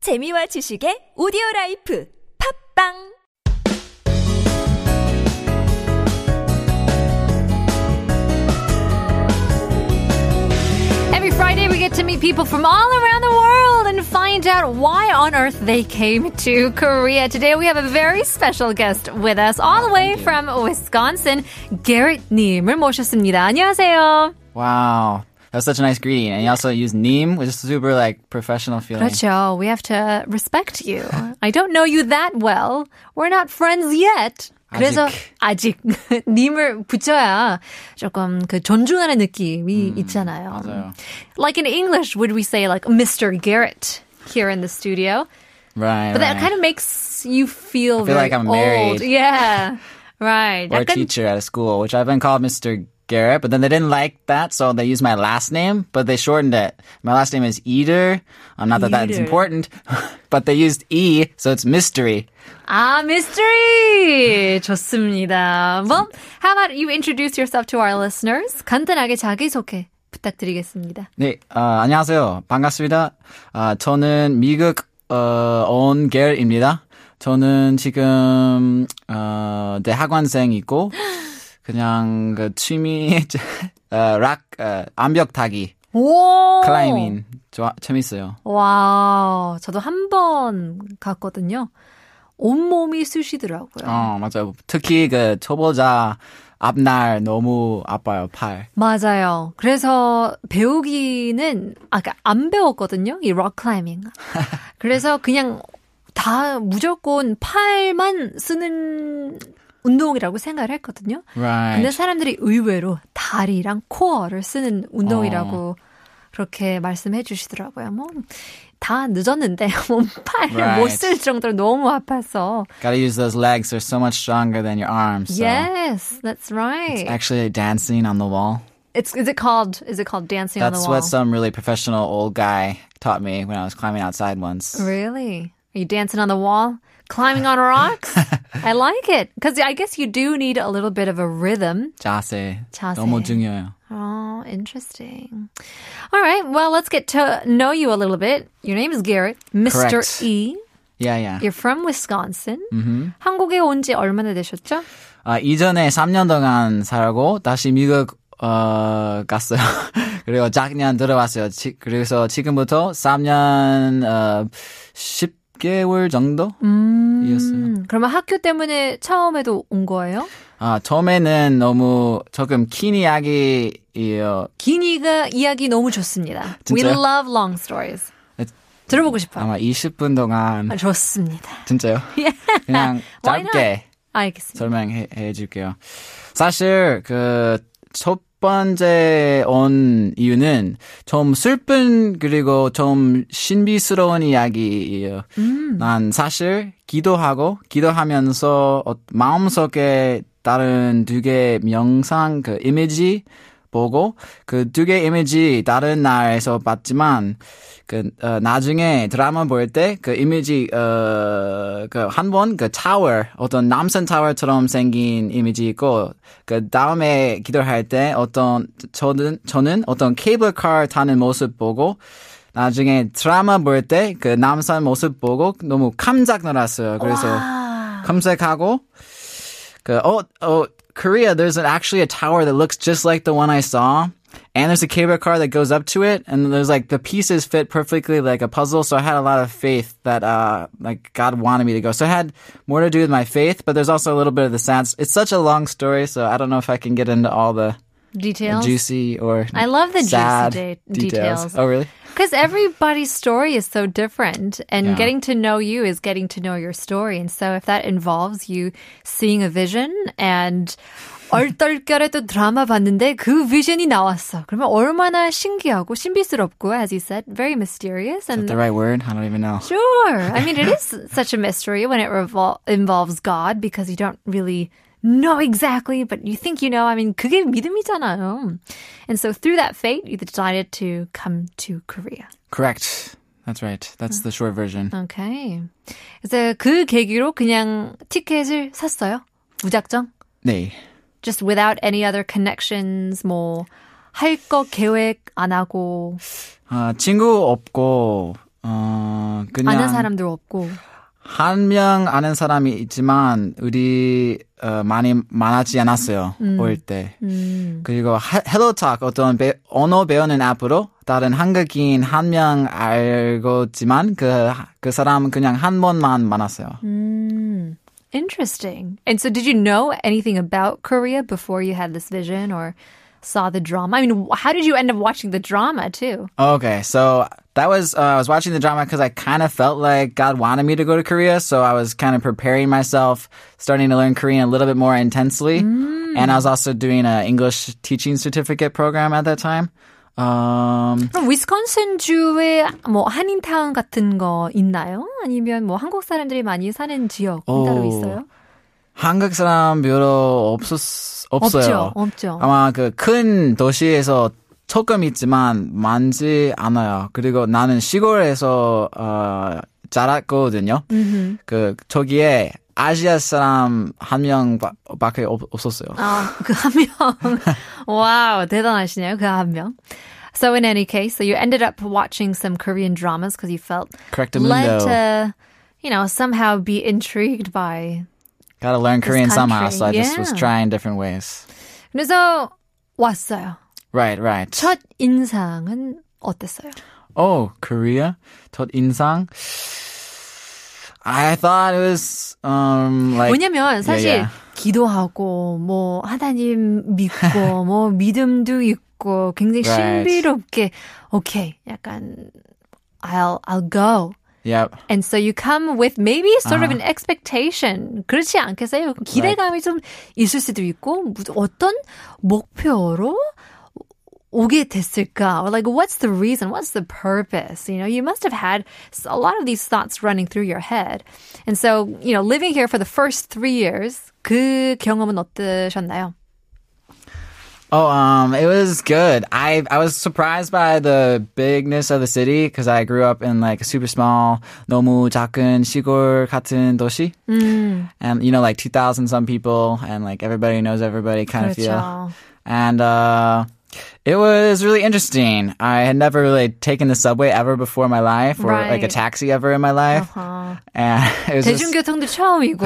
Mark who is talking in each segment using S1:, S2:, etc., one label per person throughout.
S1: 재미와 지식의 오디오 라이프 팝빵
S2: Every Friday, we get to meet people from all around the world and find out why on earth they came to Korea. Today, we have a very special guest with us, all the way from Wisconsin, Garrett님을 모셨습니다. 안녕하세요.
S3: Wow. That was such a nice greeting. And you also use neem, which is super like professional feeling.
S2: 그렇죠. We have to respect you. I don't know you that well. We're not friends yet. 그래서 아직 님을 붙여야 조금 그 존중하는 느낌이 있잖아요.
S3: 맞아요.
S2: Like in English, would we say like Mr. Garrett here in the studio?
S3: Right.
S2: But that
S3: right.
S2: kind of makes you feel,
S3: feel
S2: very
S3: like I'm
S2: old.
S3: married.
S2: Yeah. Right.
S3: or a
S2: 약간
S3: teacher at a school, which I've been called Mr. Garrett, but then they didn't like that, so they used my last name, but they shortened it. My last name is Eater. Um, not that that's
S2: Eater.
S3: important, but they used E, so it's mystery.
S2: 아, mystery. 좋습니다. Well, how about you introduce yourself to our listeners? 간단하게 자기소개 부탁드리겠습니다.
S3: 네, 어, 안녕하세요. 반갑습니다. 아, 저는 미국 어, 온 게일입니다. 저는 지금 어, 대학원생이고 그냥 그 취미 어, 락 어, 암벽 타기
S2: 오!
S3: 클라이밍 좋아 재밌어요.
S2: 와우. 저도 한 번 갔거든요. 온몸이 쑤시더라고요.
S3: 어 맞아요. 특히 그 초보자 앞날 너무 아파요 팔.
S2: 맞아요. 그래서 배우기는 아까 그러니까 안 배웠거든요. 이 록클라이밍. 그래서 그냥 다 무조건 팔만 쓰는 운동이라고 생각을 했거든요.
S3: 음.
S2: 근데
S3: Right.
S2: 사람들이 의외로 다리랑 코어를 쓰는 운동이라고 그렇게 말씀해 주시더라고요. 뭐 다 늦었는데 팔을 못
S3: Right.
S2: 쓸 정도로 너무 아파서.
S3: Gotta use those legs. They're so much stronger than your arms. So.
S2: Yes, that's right.
S3: Actually, dancing on the wall.
S2: It's is it called is it called dancing on
S3: That's
S2: the wall?
S3: what some really professional old guy taught me when I was climbing outside once.
S2: Really? Are you dancing on the wall? Climbing on rocks? I like it. Because I guess you do need a little bit of a rhythm.
S3: 자세.
S2: 자세.
S3: 너무 중요해요.
S2: Oh, interesting. All right. Well, let's get to know you a little bit. Your name is Garrett, Mr.
S3: Correct. Mm-hmm.
S2: E.
S3: Yeah, yeah.
S2: You're from Wisconsin. 한국에 온 지 얼마나 되셨죠?
S3: 아, 이전에 3년 동안 살고 다시 미국 어, 갔어요. 그리고 작년 들어왔어요. 지, 그래서 지금부터 3년 어, 10개월 정도 이었어요.
S2: 음, 그러면 학교 때문에 처음에도 온 거예요?
S3: 아, 처음에는 너무 조금 긴 이야기예요.
S2: 기니가 이야기 너무 좋습니다. We
S3: 진짜요?
S2: love long stories.
S3: 에,
S2: 들어보고 싶어요.
S3: 아마 20분 동안
S2: 아, 좋습니다.
S3: 진짜요? 그냥
S2: Why not?
S3: 짧게
S2: 알겠습니다.
S3: 설명해 해 줄게요. 사실 그 첫 번째 온 이유는 좀 슬픈 그리고 좀 신비스러운 이야기예요. 난 사실 기도하고 기도하면서 어- 마음속에 다른 두 개의 명상 그 이미지 보고 그 두 개의 이미지 다른 나라에서 봤지만 그 어, 나중에 드라마 볼 때 그 이미지 어, 어그한번그 타워 어떤 남산 타워처럼 생긴 이미지 있고 그 다음에 기도할 때 어떤 저는 저는 어떤 케이블카 타는 모습 보고 나중에 드라마 볼 때 그 남산 모습 보고 너무 깜짝 놀랐어요. 그래서 검색하고 그, oh, oh, Korea, there's an, actually a tower that looks just like the one I saw. And there's a cable car that goes up to it. And there's like the pieces fit perfectly like a puzzle. So I had a lot of faith that, uh, like God wanted me to go. So I had more to do with my faith, but there's also a little bit of the sad. It's such a long story. So I don't know if I can get into all the
S2: Details?
S3: juicy or
S2: I love the juicy
S3: sad
S2: de- details.
S3: Oh, really?
S2: Because everybody's story is so different, and
S3: Yeah.
S2: getting to know you is getting to know your story. And so, if that involves you seeing a vision and 얼떨결에 또 드라마 봤는데 그 비전이 나왔어. 그러면 얼마나 신기하고 신비스럽고, as you said, very mysterious. And
S3: The right word? I don't even know.
S2: sure, I mean, it is such a mystery when it revol- involves God because you don't really know exactly, but you think you know. I mean, 그게 믿음이잖아요. And so, through that fate, you decided to come to Korea.
S3: Correct. That's right. That's
S2: Uh.
S3: the short version.
S2: 오케이. 그래서 그 계기로 그냥 티켓을 샀어요. 무작정.
S3: 네.
S2: Just without any other connections, 뭐, 할 거 계획 안 하고.
S3: 아, 친구 없고 어, 그냥
S2: 아는 사람들 없고.
S3: 한 명 아는 사람이 있지만 우리 어, 많이 많아지 않았어요 올 때.
S2: 음.
S3: 그리고 하- 헬로탁 어떤 배- 언어 배우는 앱으로 다른 한국인 한 명 알고지만 그 그 사람 그냥 한 번만 만났어요.
S2: Mm, interesting. And so, did you know anything about Korea before you had this vision or saw the drama? I mean, wh- how did you end up watching the drama too?
S3: Okay, so that was uh, I was watching the drama because I kind of felt like God wanted me to go to Korea, so I was kind of preparing myself, starting to learn Korean a little bit more intensely, and I was also doing an English teaching certificate program at that time. Um,
S2: 그럼 위스콘신 주에 뭐 한인타운 같은 거 있나요? 아니면 뭐 한국 사람들이 많이 사는 지역 따로
S3: 오,
S2: 있어요?
S3: 한국 사람 별로 없었
S2: 없죠,
S3: 없어요.
S2: 없죠.
S3: 아마 그 큰 도시에서 조금 있지만 많지 않아요. 그리고 나는 시골에서 어, 자랐거든요. 그 저기에 아시아 사람 한 명밖에 없- 없었어요.
S2: 아, 그 한 명. 와우, 대단하시네요. 그 한 명. So in any case, so you ended up watching some Korean dramas because you felt
S3: Correct
S2: led
S3: mundo.
S2: to, you know, somehow be intrigued by.
S3: Gotta learn Korean somehow, so I
S2: country,
S3: just was
S2: yeah.
S3: trying different ways.
S2: 그래서 왔어요.
S3: Right, right.
S2: 첫 인상은 어땠어요?
S3: Oh, Korea. 첫 인상. I thought it was um like
S2: 왜냐면 사실
S3: yeah, yeah.
S2: 기도하고 뭐 하나님 믿고 뭐 믿음도 있고 굉장히
S3: Right.
S2: 신비롭게 오케이 약간 I'll I'll go
S3: Yep.
S2: And so you come with maybe sort of an expectation. 그렇지 않겠어요? 기대감이 좀 있을 수도 있고, 무슨- 어떤 목표로 오게 됐을까? Or like, what's the reason? What's the purpose? You know, you must have had s- a lot of these thoughts running through your head. And so, you know, living here for the first three years, 그 경험은 어떠셨나요?
S3: Oh, um, it was good. I I was surprised by the bigness of the city because I grew up in like a super small, 너무 작은 시골 같은 도시,
S2: Mm.
S3: and you know like two thousand some people, and like everybody knows everybody kind of feel.
S2: 그렇죠.
S3: And uh, it was really interesting. I had never really taken the subway ever before in my life, or
S2: Right.
S3: like a taxi ever in my life,
S2: 아,
S3: and it was just
S2: 대중교통도 처음이고,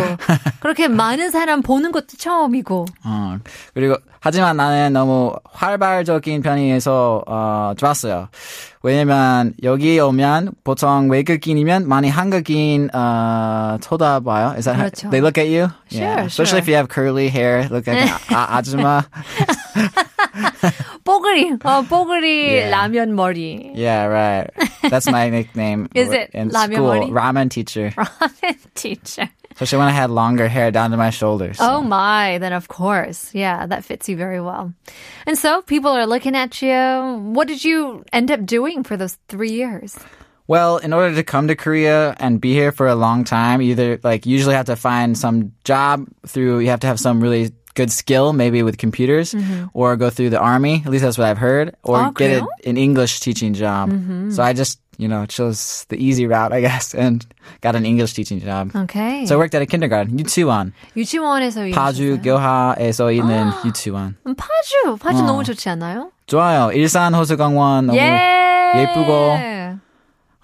S2: 그렇게 많은 사람 보는 것도 처음이고.
S3: 어, 그리고 하지만 나는 너무 활발적인 편이어서 어, 좋았어요. 왜냐면 여기 오면 보통 외국인이면 많이 한국인 어, 쳐다봐요. Is that how-
S2: 그렇죠.
S3: they look at you?
S2: Sure,
S3: Especially if you have curly hair, look like an 아, 아줌마.
S2: 뽀글이, 어, 뽀글이
S3: Yeah.
S2: 라면 머리.
S3: Yeah, right. That's my nickname.
S2: Is it
S3: in
S2: 라면 머리?
S3: school? Ramen teacher.
S2: Ramen teacher.
S3: Especially when I had longer hair down to my shoulders.
S2: Oh my, then of course. Yeah, that fits you very well. And so people are looking at you. What did you end up doing for those three years?
S3: Well, in order to come to Korea and be here for a long time, you either like usually have to find some job through you have to have some really good skill, maybe with computers, or go through the army. At least that's what I've heard. Or
S2: Ah,
S3: get
S2: 그래요?
S3: a, an English teaching job. So I just you know chose the easy route, I guess, and got an English teaching job.
S2: Okay.
S3: So I worked at a kindergarten, 유치원,
S2: 유치원에서 일하셨어요?
S3: 파주 교하에서 있는 유치원.
S2: 음, 파주, 파주 너무 좋지 않아요?
S3: 좋아요. 일산 호수공원 너무
S2: 예.
S3: 예쁘고.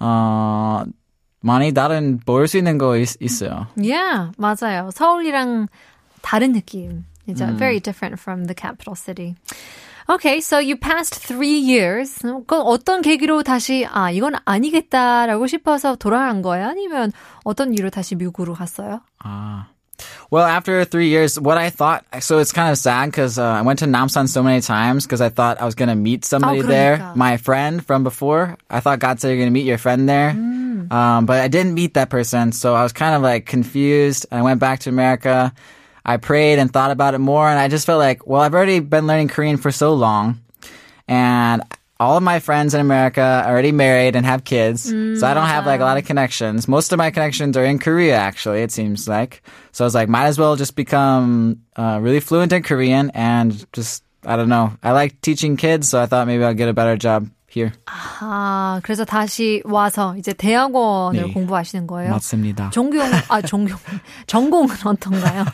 S3: 어 많이 다른 볼 수 있는 거 있, 있어요.
S2: Yeah, 맞아요. 서울이랑 다른 느낌. It's
S3: 음.
S2: uh, very different from the capital city. Okay, so you passed three years. 그 어떤 계기로 다시 아 이건 아니겠다라고 싶어서 돌아간 거예요? 아니면 어떤 이유로 다시 미국으로 갔어요?
S3: Well, after three years, what I thought, so it's kind of sad because uh, I went to Namsan so many times because I thought I was going to meet somebody
S2: 그러니까.
S3: there, my friend from before. I thought God said you're going to meet your friend there. Um, but I didn't meet that person. So I was kind of like confused. I went back to America. I prayed and thought about it more. And I just felt like, well, I've already been learning Korean for so long. And all of my friends in America are already married and have kids. so I don't have like a lot of connections. Most of my connections are in Korea, actually, it seems like. So I was like, might as well just become uh, really fluent in Korean and just, I don't know. I like teaching kids, so I thought maybe I'll get a better job here.
S2: 아 그래서 다시 와서 이제 대학원을
S3: 네.
S2: 공부하시는 거예요?
S3: 맞습니다.
S2: 종교 아 종교 전공은 어떤가요?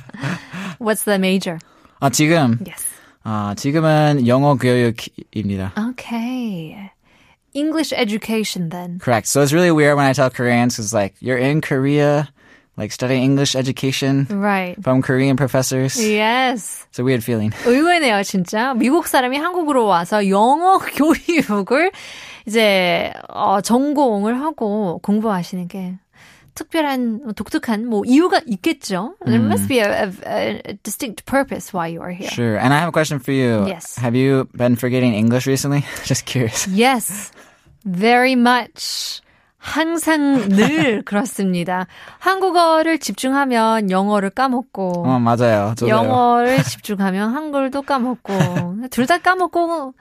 S2: What's the major?
S3: 아, 지금,
S2: Yes.
S3: 아, 지금은 영어 교육입니다.
S2: Okay. English education then.
S3: Correct. So it's really weird when I tell Koreans because like you're in Korea, like studying English education
S2: Right.
S3: from Korean professors.
S2: Yes.
S3: It's a weird feeling.
S2: 의외네요, 진짜. 미국 사람이 한국으로 와서 영어 교육을 이제 어, 전공을 하고 공부하시는 게 특별한 독특한 뭐 이유가 있겠죠. There must be a, a, a distinct purpose why you are here.
S3: Sure. And I have a question for you.
S2: Yes.
S3: Have you been forgetting English recently? Just curious.
S2: Yes, very much. 항상 늘 그렇습니다. 한국어를 집중하면 영어를 까먹고
S3: 어, 맞아요. 저도요.
S2: 영어를 집중하면 한글도 까먹고 둘 다 까먹고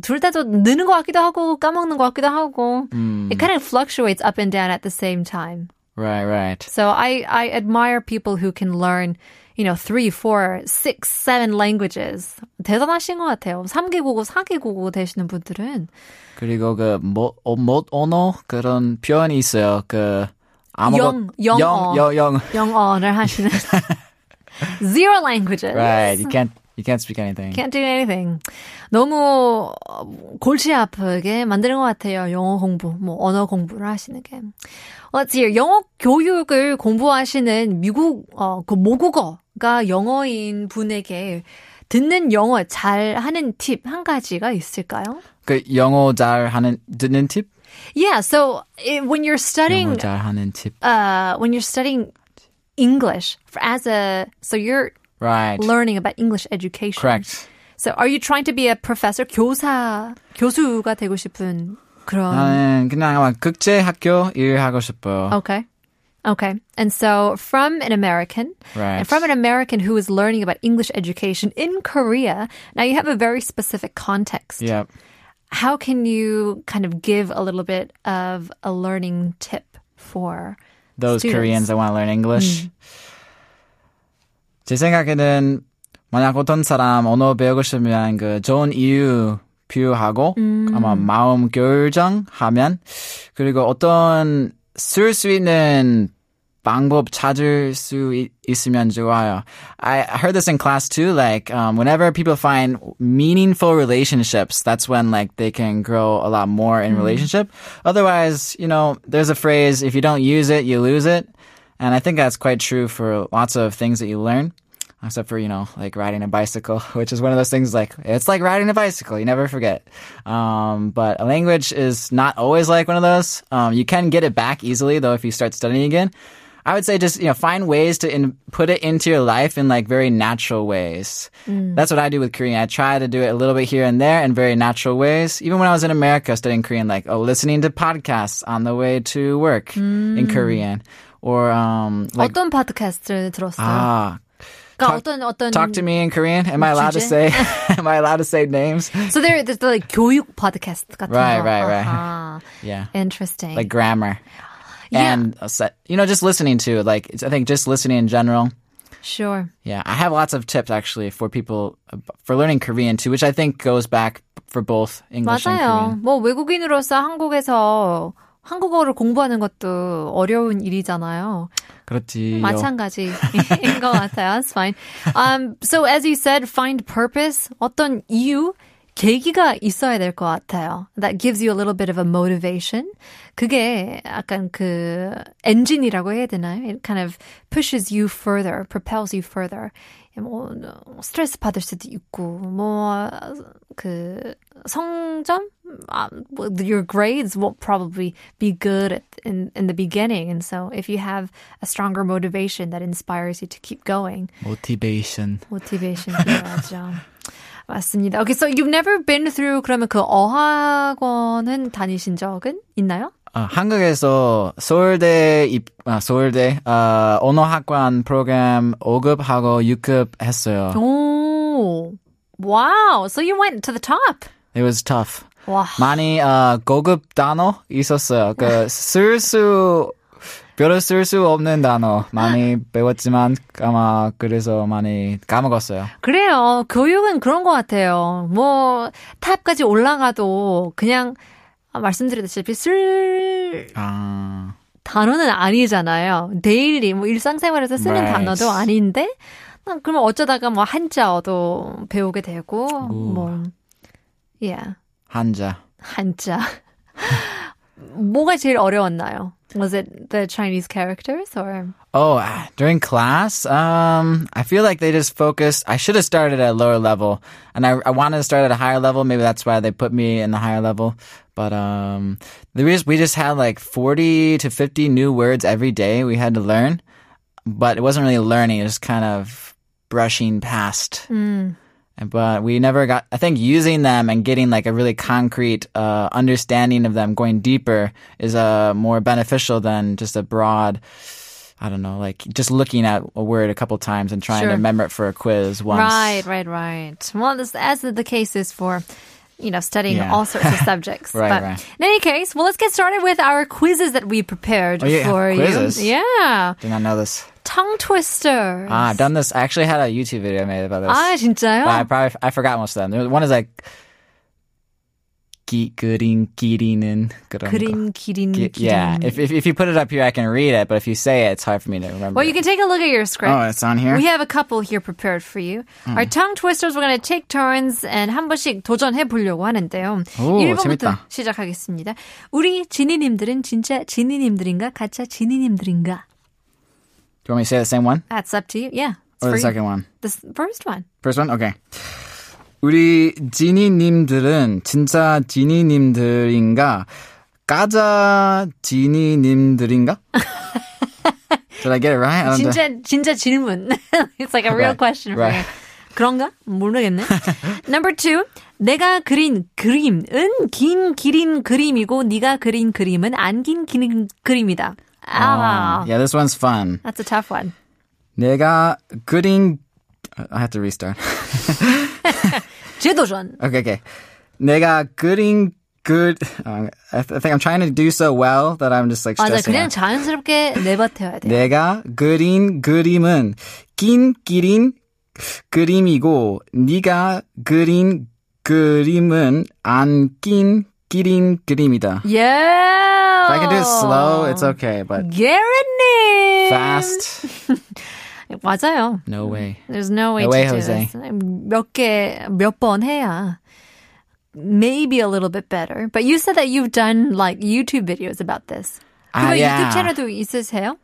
S2: 둘 다 또 느는 것 같기도 하고 까먹는 것 같기도 하고
S3: 음.
S2: It kind of fluctuates up and down at the same time.
S3: Right, right.
S2: So I I admire people who can learn you know three, four, six, seven languages. 대단하신 것 같아요. 3개국어, 4개국어 되시는 분들은
S3: 그리고 그, 못, 어, 못 언어? 그런 표현이 있어요. 그, 아무것
S2: 영, 영어.
S3: 영, 영, 영.
S2: 영어를 하시는 zero languages.
S3: Right. You can't, you can't speak anything.
S2: Can't do anything. 너무 어, 골치 아프게 만드는 것 같아요. 영어 공부, 뭐 언어 공부를 하시는 게. Let's hear. 영어 교육을 공부하시는 미국 어, 그 모국어가 영어인 분에게 듣는 영어 잘 하는 팁 한 가지가 있을까요?
S3: 그, 영어 잘 하는, 듣는 팁?
S2: Yeah. So it, when you're studying
S3: 영어 잘 하는 팁.
S2: uh, when you're studying English for- as a so you're
S3: Right.
S2: learning about English education.
S3: Correct.
S2: So are you trying to be a professor? 교사 교수가 되고 싶은 그런.
S3: 나는 그냥 아마 국제 학교 일하고 싶어요.
S2: Okay. Okay. And so from an American
S3: Right.
S2: and from an American who is learning about English education in Korea, now you have a very specific context.
S3: Yep.
S2: How can you kind of give a little bit of a learning tip for
S3: those
S2: students?
S3: Koreans that want to learn English. 제 생각에는 만약 어떤 사람 언어 배우고 싶으면 그 좋은 이유 비유하고 아마 마음 결정하면 그리고 어떤 쓸 수 있는 방법 찾을 수 있, 있으면 좋아요. I heard this in class too. Like, um, whenever people find meaningful relationships, that's when like they can grow a lot more in relationship. Otherwise, you know, there's a phrase: if you don't use it, you lose it. And I think that's quite true for lots of things that you learn, except for you know, like riding a bicycle, which is one of those things. Like, it's like riding a bicycle; you never forget. Um, but a language is not always like one of those. Um, you can get it back easily though if you start studying again. I would say just you know find ways to in, put it into your life in like very natural ways. That's what I do with Korean. I try to do it a little bit here and there in very natural ways. Even when I was in America studying Korean, like oh, listening to podcasts on the way to work in Korean, or um like
S2: 어떤 팟캐스트를 들었어요?
S3: ah
S2: 그러니까
S3: talk-
S2: 어떤 어떤
S3: talk to me in Korean. Am I allowed to say?
S2: 주제?
S3: am I allowed to say names?
S2: So there, there's like 교육 팟캐스트 같은
S3: Right,
S2: 거.
S3: right, right.
S2: 아하.
S3: Yeah.
S2: Interesting.
S3: like grammar.
S2: Yeah.
S3: And a set- you know, just listening to it, like it's, I think just listening in general.
S2: sure.
S3: Yeah, I have lots of tips actually for people for learning Korean too, which I think goes back for both English
S2: 맞아요.
S3: and
S2: 뭐 외국인으로서 한국에서 한국어를 공부하는 것도 어려운 일이잖아요.
S3: Korean. 그렇지요.
S2: 마찬가지인 것 같아요. That's fine. Um, so as you said, find purpose. 어떤 이유, 계기가 있어야 될 것 같아요. That gives you a little bit of a motivation. 그게 약간 그 엔진이라고 해야 되나요? It kind of pushes you further, propels you further. 뭐 스트레스 받을 수도 있고, 뭐그 성점, 아, well, your grades won't probably be good at, in in the beginning, and so if you have a stronger motivation that inspires you to keep going,
S3: Motivation.
S2: motivation 필요하죠. 맞습니다. Okay, so you've never been through 그러면 그 어학원은 다니신 적은 있나요?
S3: 아, 한국에서 서울대 입 아, 서울대 아, 언어학관 프로그램 5급하고 6급 했어요.
S2: 오, wow. So you went to the top.
S3: It was tough.
S2: 와,
S3: 많이 아, 고급 단어 있었어요. 그쓸수 별로 쓸 수 없는 단어 많이 배웠지만 아마 그래서 많이 까먹었어요.
S2: 그래요. 교육은 그런 것 같아요. 뭐 탑까지 올라가도 그냥 아, 말씀드렸다시피 쓸
S3: 아.
S2: 단어는 아니잖아요. 데일리 뭐 일상생활에서 쓰는
S3: Right.
S2: 단어도 아닌데 난 그러면 어쩌다가 뭐 한자어도 배우게 되고 뭐 yeah
S3: 한자.
S2: 한자 뭐가 제일 어려웠나요? Was it the Chinese characters or?
S3: Oh, ah, during class, um, I feel like they just focused. I should have started at a lower level, and I, I wanted to start at a higher level. Maybe that's why they put me in the higher level. But um, the reason we just had like forty to fifty new words every day we had to learn, but it wasn't really learning. It was kind of brushing past.
S2: Mm.
S3: And- But we never got. I think using them and getting like a really concrete uh, understanding of them, going deeper, is uh, more beneficial than just a broad. I don't know, like just looking at a word a couple times and trying
S2: Sure.
S3: to remember it for a quiz once.
S2: Right, right, right. Well, this, as the case is for, you know, studying
S3: Yeah.
S2: all sorts of subjects.
S3: Right,
S2: but
S3: right.
S2: in any case, well, let's get started with our quizzes that we prepared
S3: Oh, you have
S2: for
S3: quizzes?
S2: you. Yeah,
S3: Did not know this.
S2: tongue twisters.
S3: Ah, I've done this. I actually had a YouTube video I made about this.
S2: 아, 진짜요?
S3: But I probably I forgot most of them. There- One is like "Gi- 그린 기리는 그런 거."
S2: 그린 기린 기린.
S3: Gi- Yeah, if, if if you put it up here, I can read it. But if you say it, it's hard for me to remember.
S2: well, you can take a look at your script.
S3: oh, it's on here.
S2: We have a couple here prepared for you.
S3: 음.
S2: Our tongue twisters, we're going to take turns and 한 번씩 도전해 보려고 하는데요.
S3: 오,
S2: 1번부터
S3: 재밌다.
S2: 시작하겠습니다. 우리 지니님들은 진짜 지니님들인가? 가짜 지니님들인가?
S3: Do you want me to say the same one
S2: That's up to you. Yeah. it's
S3: or
S2: for
S3: the
S2: you.
S3: second one?
S2: The s- first one.
S3: First one, okay. 우리 지니님들은 진짜 지니님들인가? 까자 지니님들인가? Did I get it right? I don't know.
S2: 진짜 진짜 질문. it's like a real
S3: 아, Right,
S2: question for
S3: right.
S2: you. 그런가? 모르겠네. Number two. 내가 그린 그림은 긴 기린 그림이고 네가 그린 그림은 안 긴 기린 그림이다. 아,
S3: Yeah, this one's fun.
S2: that's a tough one.
S3: 내가 그린 I have to restart.
S2: 재도전.
S3: Okay, okay. 내가 그린 good. I th- I think I'm trying to do so well that I'm just like
S2: 맞아,
S3: stressing.
S2: 그냥
S3: out.
S2: 자연스럽게 내뱉어야 돼.
S3: 내가 그린 그림은 긴 그린 그림이고 네가 그린 그림은 안 긴 그린 그림이다.
S2: 예! Yeah.
S3: If I can do it slow, it's okay, but
S2: Garrett님.
S3: fast,
S2: 맞아요.
S3: no way.
S2: There's no way
S3: No
S2: to
S3: way,
S2: do
S3: Jose.
S2: this. 몇 개, 몇 번 해야. Maybe a little bit better. But you said that you've done like YouTube videos about this.
S3: 아,
S2: 그럼
S3: yeah.
S2: 유튜브 채널도 있으세요?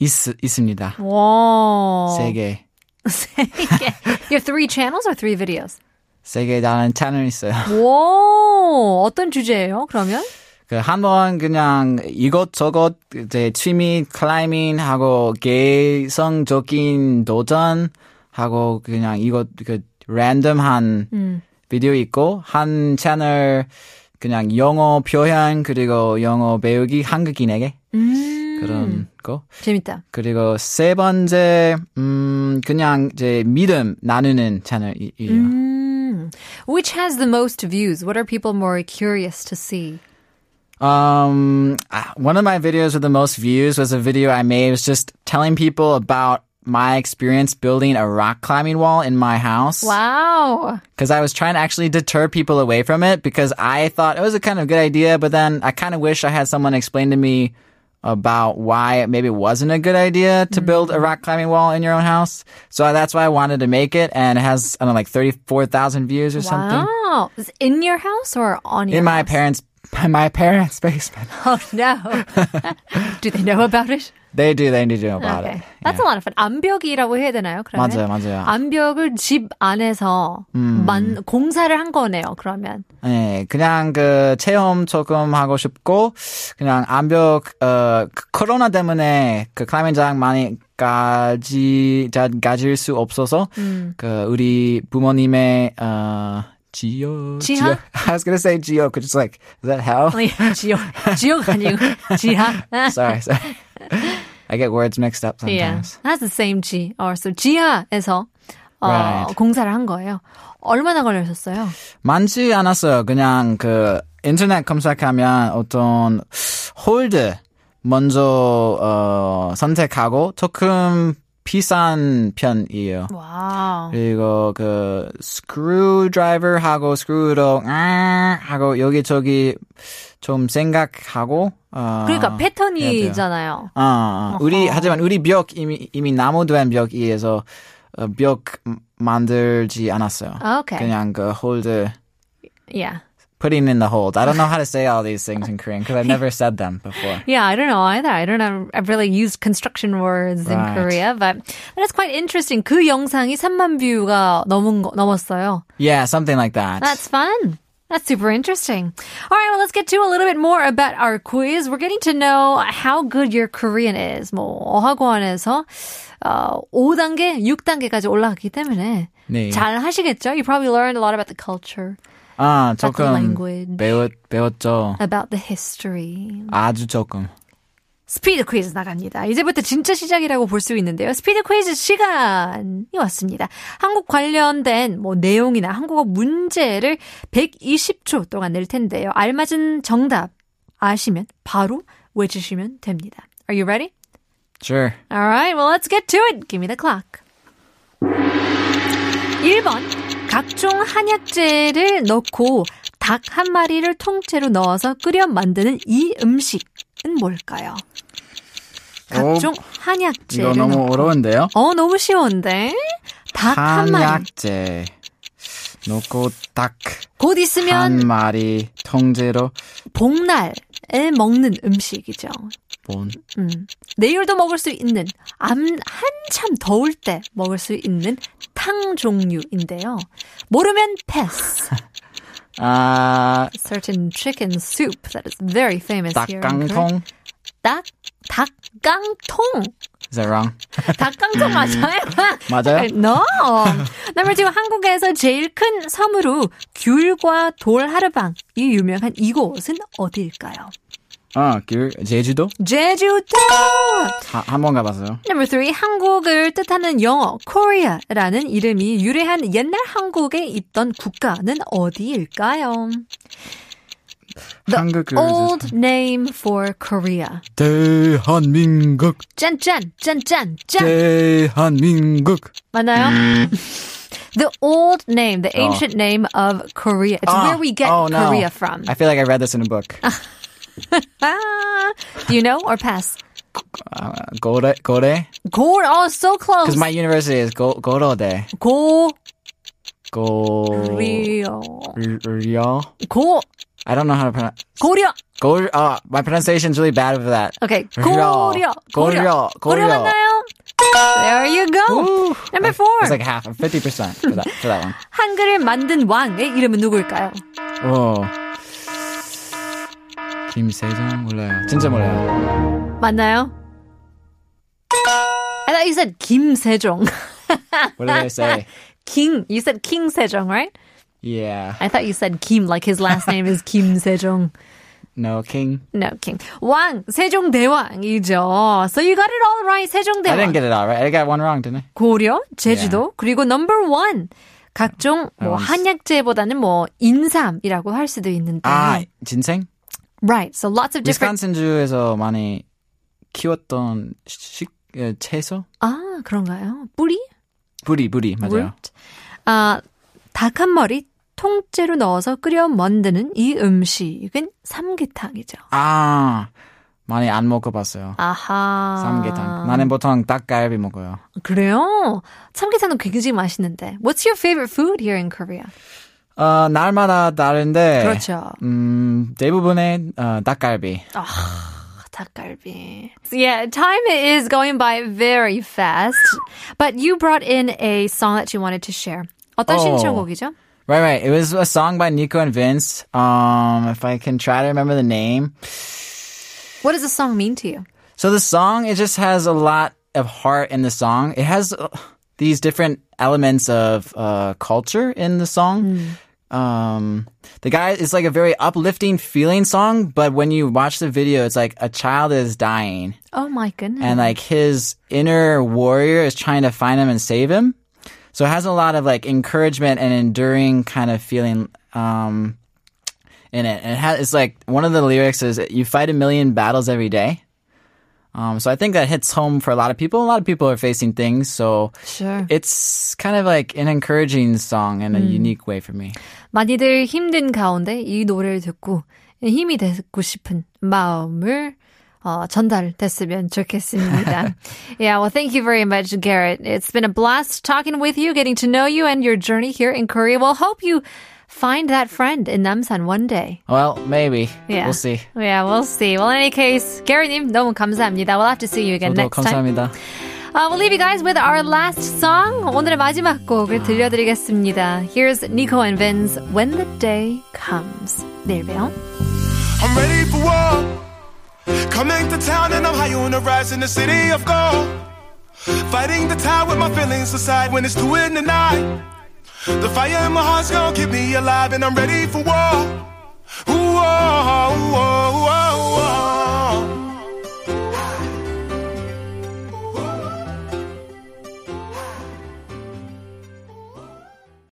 S3: 있, 있습니다.
S2: 와.
S3: 세 개.
S2: 세 개. You have three channels or three videos?
S3: 세개 나는 채널 있어요.
S2: 와. 어떤 주제예요, 그러면?
S3: 그 한 번 그냥 이것저것 이제 취미 클라이밍 하고 개성적인 도전 하고 그냥 이것 그 랜덤한 비디오 있고 한 채널 그냥 영어 표현 그리고 영어 배우기 한국인에게
S2: 음.
S3: 그런 거
S2: 재밌다.
S3: 그리고 세 번째 음 그냥 이제 믿음 나누는 채널이에요.
S2: 음. Which has the most views? What are people more curious to see?
S3: Um, ah, one of my videos with the most views was a video I made. It was just telling people about my experience building a rock climbing wall in my house.
S2: Wow.
S3: Because I was trying to actually deter people away from it because I thought it was a kind of good idea, but then I kind of wish I had someone explain to me about why it maybe wasn't a good idea
S2: Mm-hmm.
S3: to build a rock climbing wall in your own house. So that's why I wanted to make it, and it has I don't know like thirty four thousand views or something
S2: Wow. Is it in your house or on your
S3: in my
S2: house?
S3: parents my parents' basement.
S2: Oh no. Do they know about it?
S3: They do, they do know about
S2: Okay.
S3: it.
S2: That's a lot of fun. 암벽이라고 해야 되나요? 그러면?
S3: 맞아요, 맞아요. 음.
S2: 암벽을 집 안에서 만, 공사를 한 거네요. 그러면
S3: 예, 그냥 그 체험 조금 하고 싶고 그냥 암벽 어 그 코로나 때문에 그 클라이밍장 많이 가지 자, 가질 수 없어서
S2: 음.
S3: 그 우리 부모님의 어 지역
S2: 지하?
S3: I was gonna say 지역, which is like is that hell?
S2: 아니, 지옥 지옥 아니고 지하.
S3: sorry, sorry. I get words mixed up
S2: Yeah,
S3: sometimes.
S2: that's the same G. Or so 지하에서 어,
S3: Right.
S2: 공사를 한 거예요. 얼마나 걸리셨어요?
S3: 많지 않았어요. 그냥 그 인터넷 검색하면 어떤 홀드 먼저 어, 선택하고 조금 비싼 편이에요.
S2: 와우.
S3: 그리고 그 스크루드라이버하고 스크루로 아~ 하고 여기저기 좀 생각하고 어,
S2: 그러니까
S3: 돼요.
S2: 패턴이잖아요.
S3: 어, 어. 우리 하지만 우리 벽 이미 이미 나무 된 벽이에서 어, 벽 만들지 않았어요.
S2: 아, 오케이.
S3: 그냥 그 홀드
S2: Yeah.
S3: putting in the holes. I don't know how to say all these things in Korean because I've never said them before.
S2: Yeah, I don't know either. I don't know. I've really used construction words in
S3: Right.
S2: Korea, but that's quite interesting. 그 영상이 3만 뷰가 넘은 거, 넘었어요.
S3: Yeah, something like that.
S2: That's fun. That's super interesting. All right, well, let's get to a little bit more about our quiz. We're getting to know how good your Korean is. 뭐, 어학원에서 어, 5단계, 6단계까지 올라갔기 때문에
S3: 네.
S2: 잘 하시겠죠? You probably learned a lot about the culture,
S3: 아,
S2: about the
S3: 조금
S2: language,
S3: 배웠, 배웠죠.
S2: about the history.
S3: 아주 조금.
S2: 스피드 퀴즈 나갑니다. 이제부터 진짜 시작이라고 볼 수 있는데요. 스피드 퀴즈 시간이 왔습니다. 한국 관련된 뭐 내용이나 한국어 문제를 120초 동안 낼 텐데요. 알맞은 정답 아시면 바로 외치시면 됩니다. Are you ready?
S3: Sure.
S2: Alright, well let's get to it. Give me the clock. 1번 각종 한약재를 넣고 닭 한 마리를 통째로 넣어서 끓여 만드는 이 음식은 뭘까요? 각종
S3: 이거
S2: 한약재를
S3: 너무
S2: 넣고.
S3: 어려운데요.
S2: 어 너무 쉬운데 닭 한 마리
S3: 한약재 놓고 닭
S2: 곧 있으면
S3: 한 마리 통째로
S2: 복날에 먹는 음식이죠.
S3: 본
S2: 음. 내일도 먹을 수 있는 암 한참 더울 때 먹을 수 있는 탕 종류인데요. 모르면 패스.
S3: 아,
S2: A certain chicken soup that is very famous here. in Korea.
S3: 닭강통?
S2: 닭 닭깡통.
S3: Is that wrong?
S2: 닭강정 맞아요?
S3: 음. 맞아요?
S2: No. number two, 한국에서 제일 큰 섬으로 귤과 돌 하르방이 유명한 이곳은 어디일까요? 아, 네.
S3: 어, 그 제주도?
S2: 제주도.
S3: 하, 한번 가봤어요.
S2: Number three, 한국을 뜻하는 영어 Korea라는 이름이 유래한 옛날 한국에 있던 국가는 어디일까요?
S3: 한국 그
S2: Old name for Korea.
S3: 대한민국,
S2: 짠짠 짠짠
S3: 네.
S2: 짠.
S3: 대한민국.
S2: 맞나요? The old name, the ancient name of Korea. It's
S3: Ah,
S2: where we get
S3: oh, no.
S2: Korea from.
S3: I feel like I read this in a book.
S2: Ah, do you know or pass?
S3: Uh, 고래, 고래?
S2: Gore, oh, so close.
S3: Because my university is 고, 고려대. 고,
S2: 고려.
S3: 려?
S2: 고,
S3: I don't know how to pronounce.
S2: 고려.
S3: 고, uh, my pronunciation's really bad for that.
S2: Okay,
S3: 려.
S2: 고려.
S3: 고려.
S2: 고려 맞나요? There you go.
S3: Woo.
S2: Number
S3: It's
S2: four.
S3: like half, 50% for that, for that one.
S2: 한글을 만든 왕의 이름은 누구일까요?
S3: 오. 김세정 몰라요. 진짜 몰라요.
S2: 맞나요? I thought you said 김세종.
S3: What did I say?
S2: King. You said King Sejong, right?
S3: Yeah.
S2: I thought you said Kim, like his last name is Kim Sejong.
S3: No king.
S2: No, King. 왕, 세종대왕이죠. So you got it all right,
S3: I didn't
S2: 세종대왕.
S3: get it all right. I got one wrong, didn't I?
S2: 고려,
S3: 예.
S2: 제주도, 그리고 넘버 원. 각종 뭐
S3: 알았어.
S2: 한약재보다는 뭐 인삼이라고 할 수도 있는데.
S3: 아, 진생?
S2: Right. So lots of different
S3: 위스콘신주에서 많이 키웠던 식 예, 채소?
S2: 아, 그런가요? 뿌리?
S3: 부리 부리 맞아요.
S2: root? 아, 닭 한 마리 통째로 넣어서 끓여 만드는 이 음식은 삼계탕이죠.
S3: 아. 많이 안 먹어봤어요.
S2: 아하.
S3: 삼계탕. 나는 보통 닭갈비 먹어요.
S2: 그래요? 삼계탕도 굉장히 맛있는데. What's your favorite food here in Korea?
S3: 어, 날마다 다른데.
S2: 그렇죠.
S3: 음, 대부분의 어, 닭갈비.
S2: 닭갈비. Yeah, time is going by very fast. But you brought in a song that you wanted to share. 어떤
S3: 어.
S2: 신청곡이죠?
S3: Right, right. It was a song by Nico and Vince. Um, if I can try to remember the name.
S2: What does the song mean to you?
S3: So the song, it just has a lot of heart in the song. It has uh, these different elements of uh, culture in the song. Um, the guy is like a very uplifting feeling song, but when you watch the video, it's like a child is dying
S2: Oh my goodness.
S3: and like his inner warrior is trying to find him and save him. So it has a lot of like encouragement and enduring kind of feeling um, in it. And it has, it's like one of the lyrics is "You fight a million battles every day." Um, so I think that hits home for a lot of people. A lot of people are facing things, so
S2: sure.
S3: it's kind of like an encouraging song in a
S2: Hmm.
S3: unique way for me.
S2: 많이들 힘든 가운데 이 노래를 듣고 힘이 되고 싶은 마음을 어, 전달됐으면 좋겠습니다. yeah, well, thank you very much, Garrett. It's been a blast talking with you, getting to know you and your journey here in Korea. We'll hope you find that friend in Namsan one day.
S3: Well, maybe.
S2: Yeah.
S3: We'll see.
S2: Yeah, we'll see. Well, in any case, Gary님 너무 감사합니다. We'll have to see you again
S3: 저도
S2: next time.
S3: 감사합니다.
S2: Uh, we'll leave you guys with our last song. 오늘의 마지막 곡을 들려드리겠습니다. Here's Nico and Vin's When the Day Comes. 내일 봬요.
S4: I'm ready for war. Coming to town and I'm high on the rise in the city of gold. Fighting the tide with my feelings aside when it's two in the night. The fire in my heart's gonna keep me alive and I'm ready for war. Ooh, oh, oh, oh.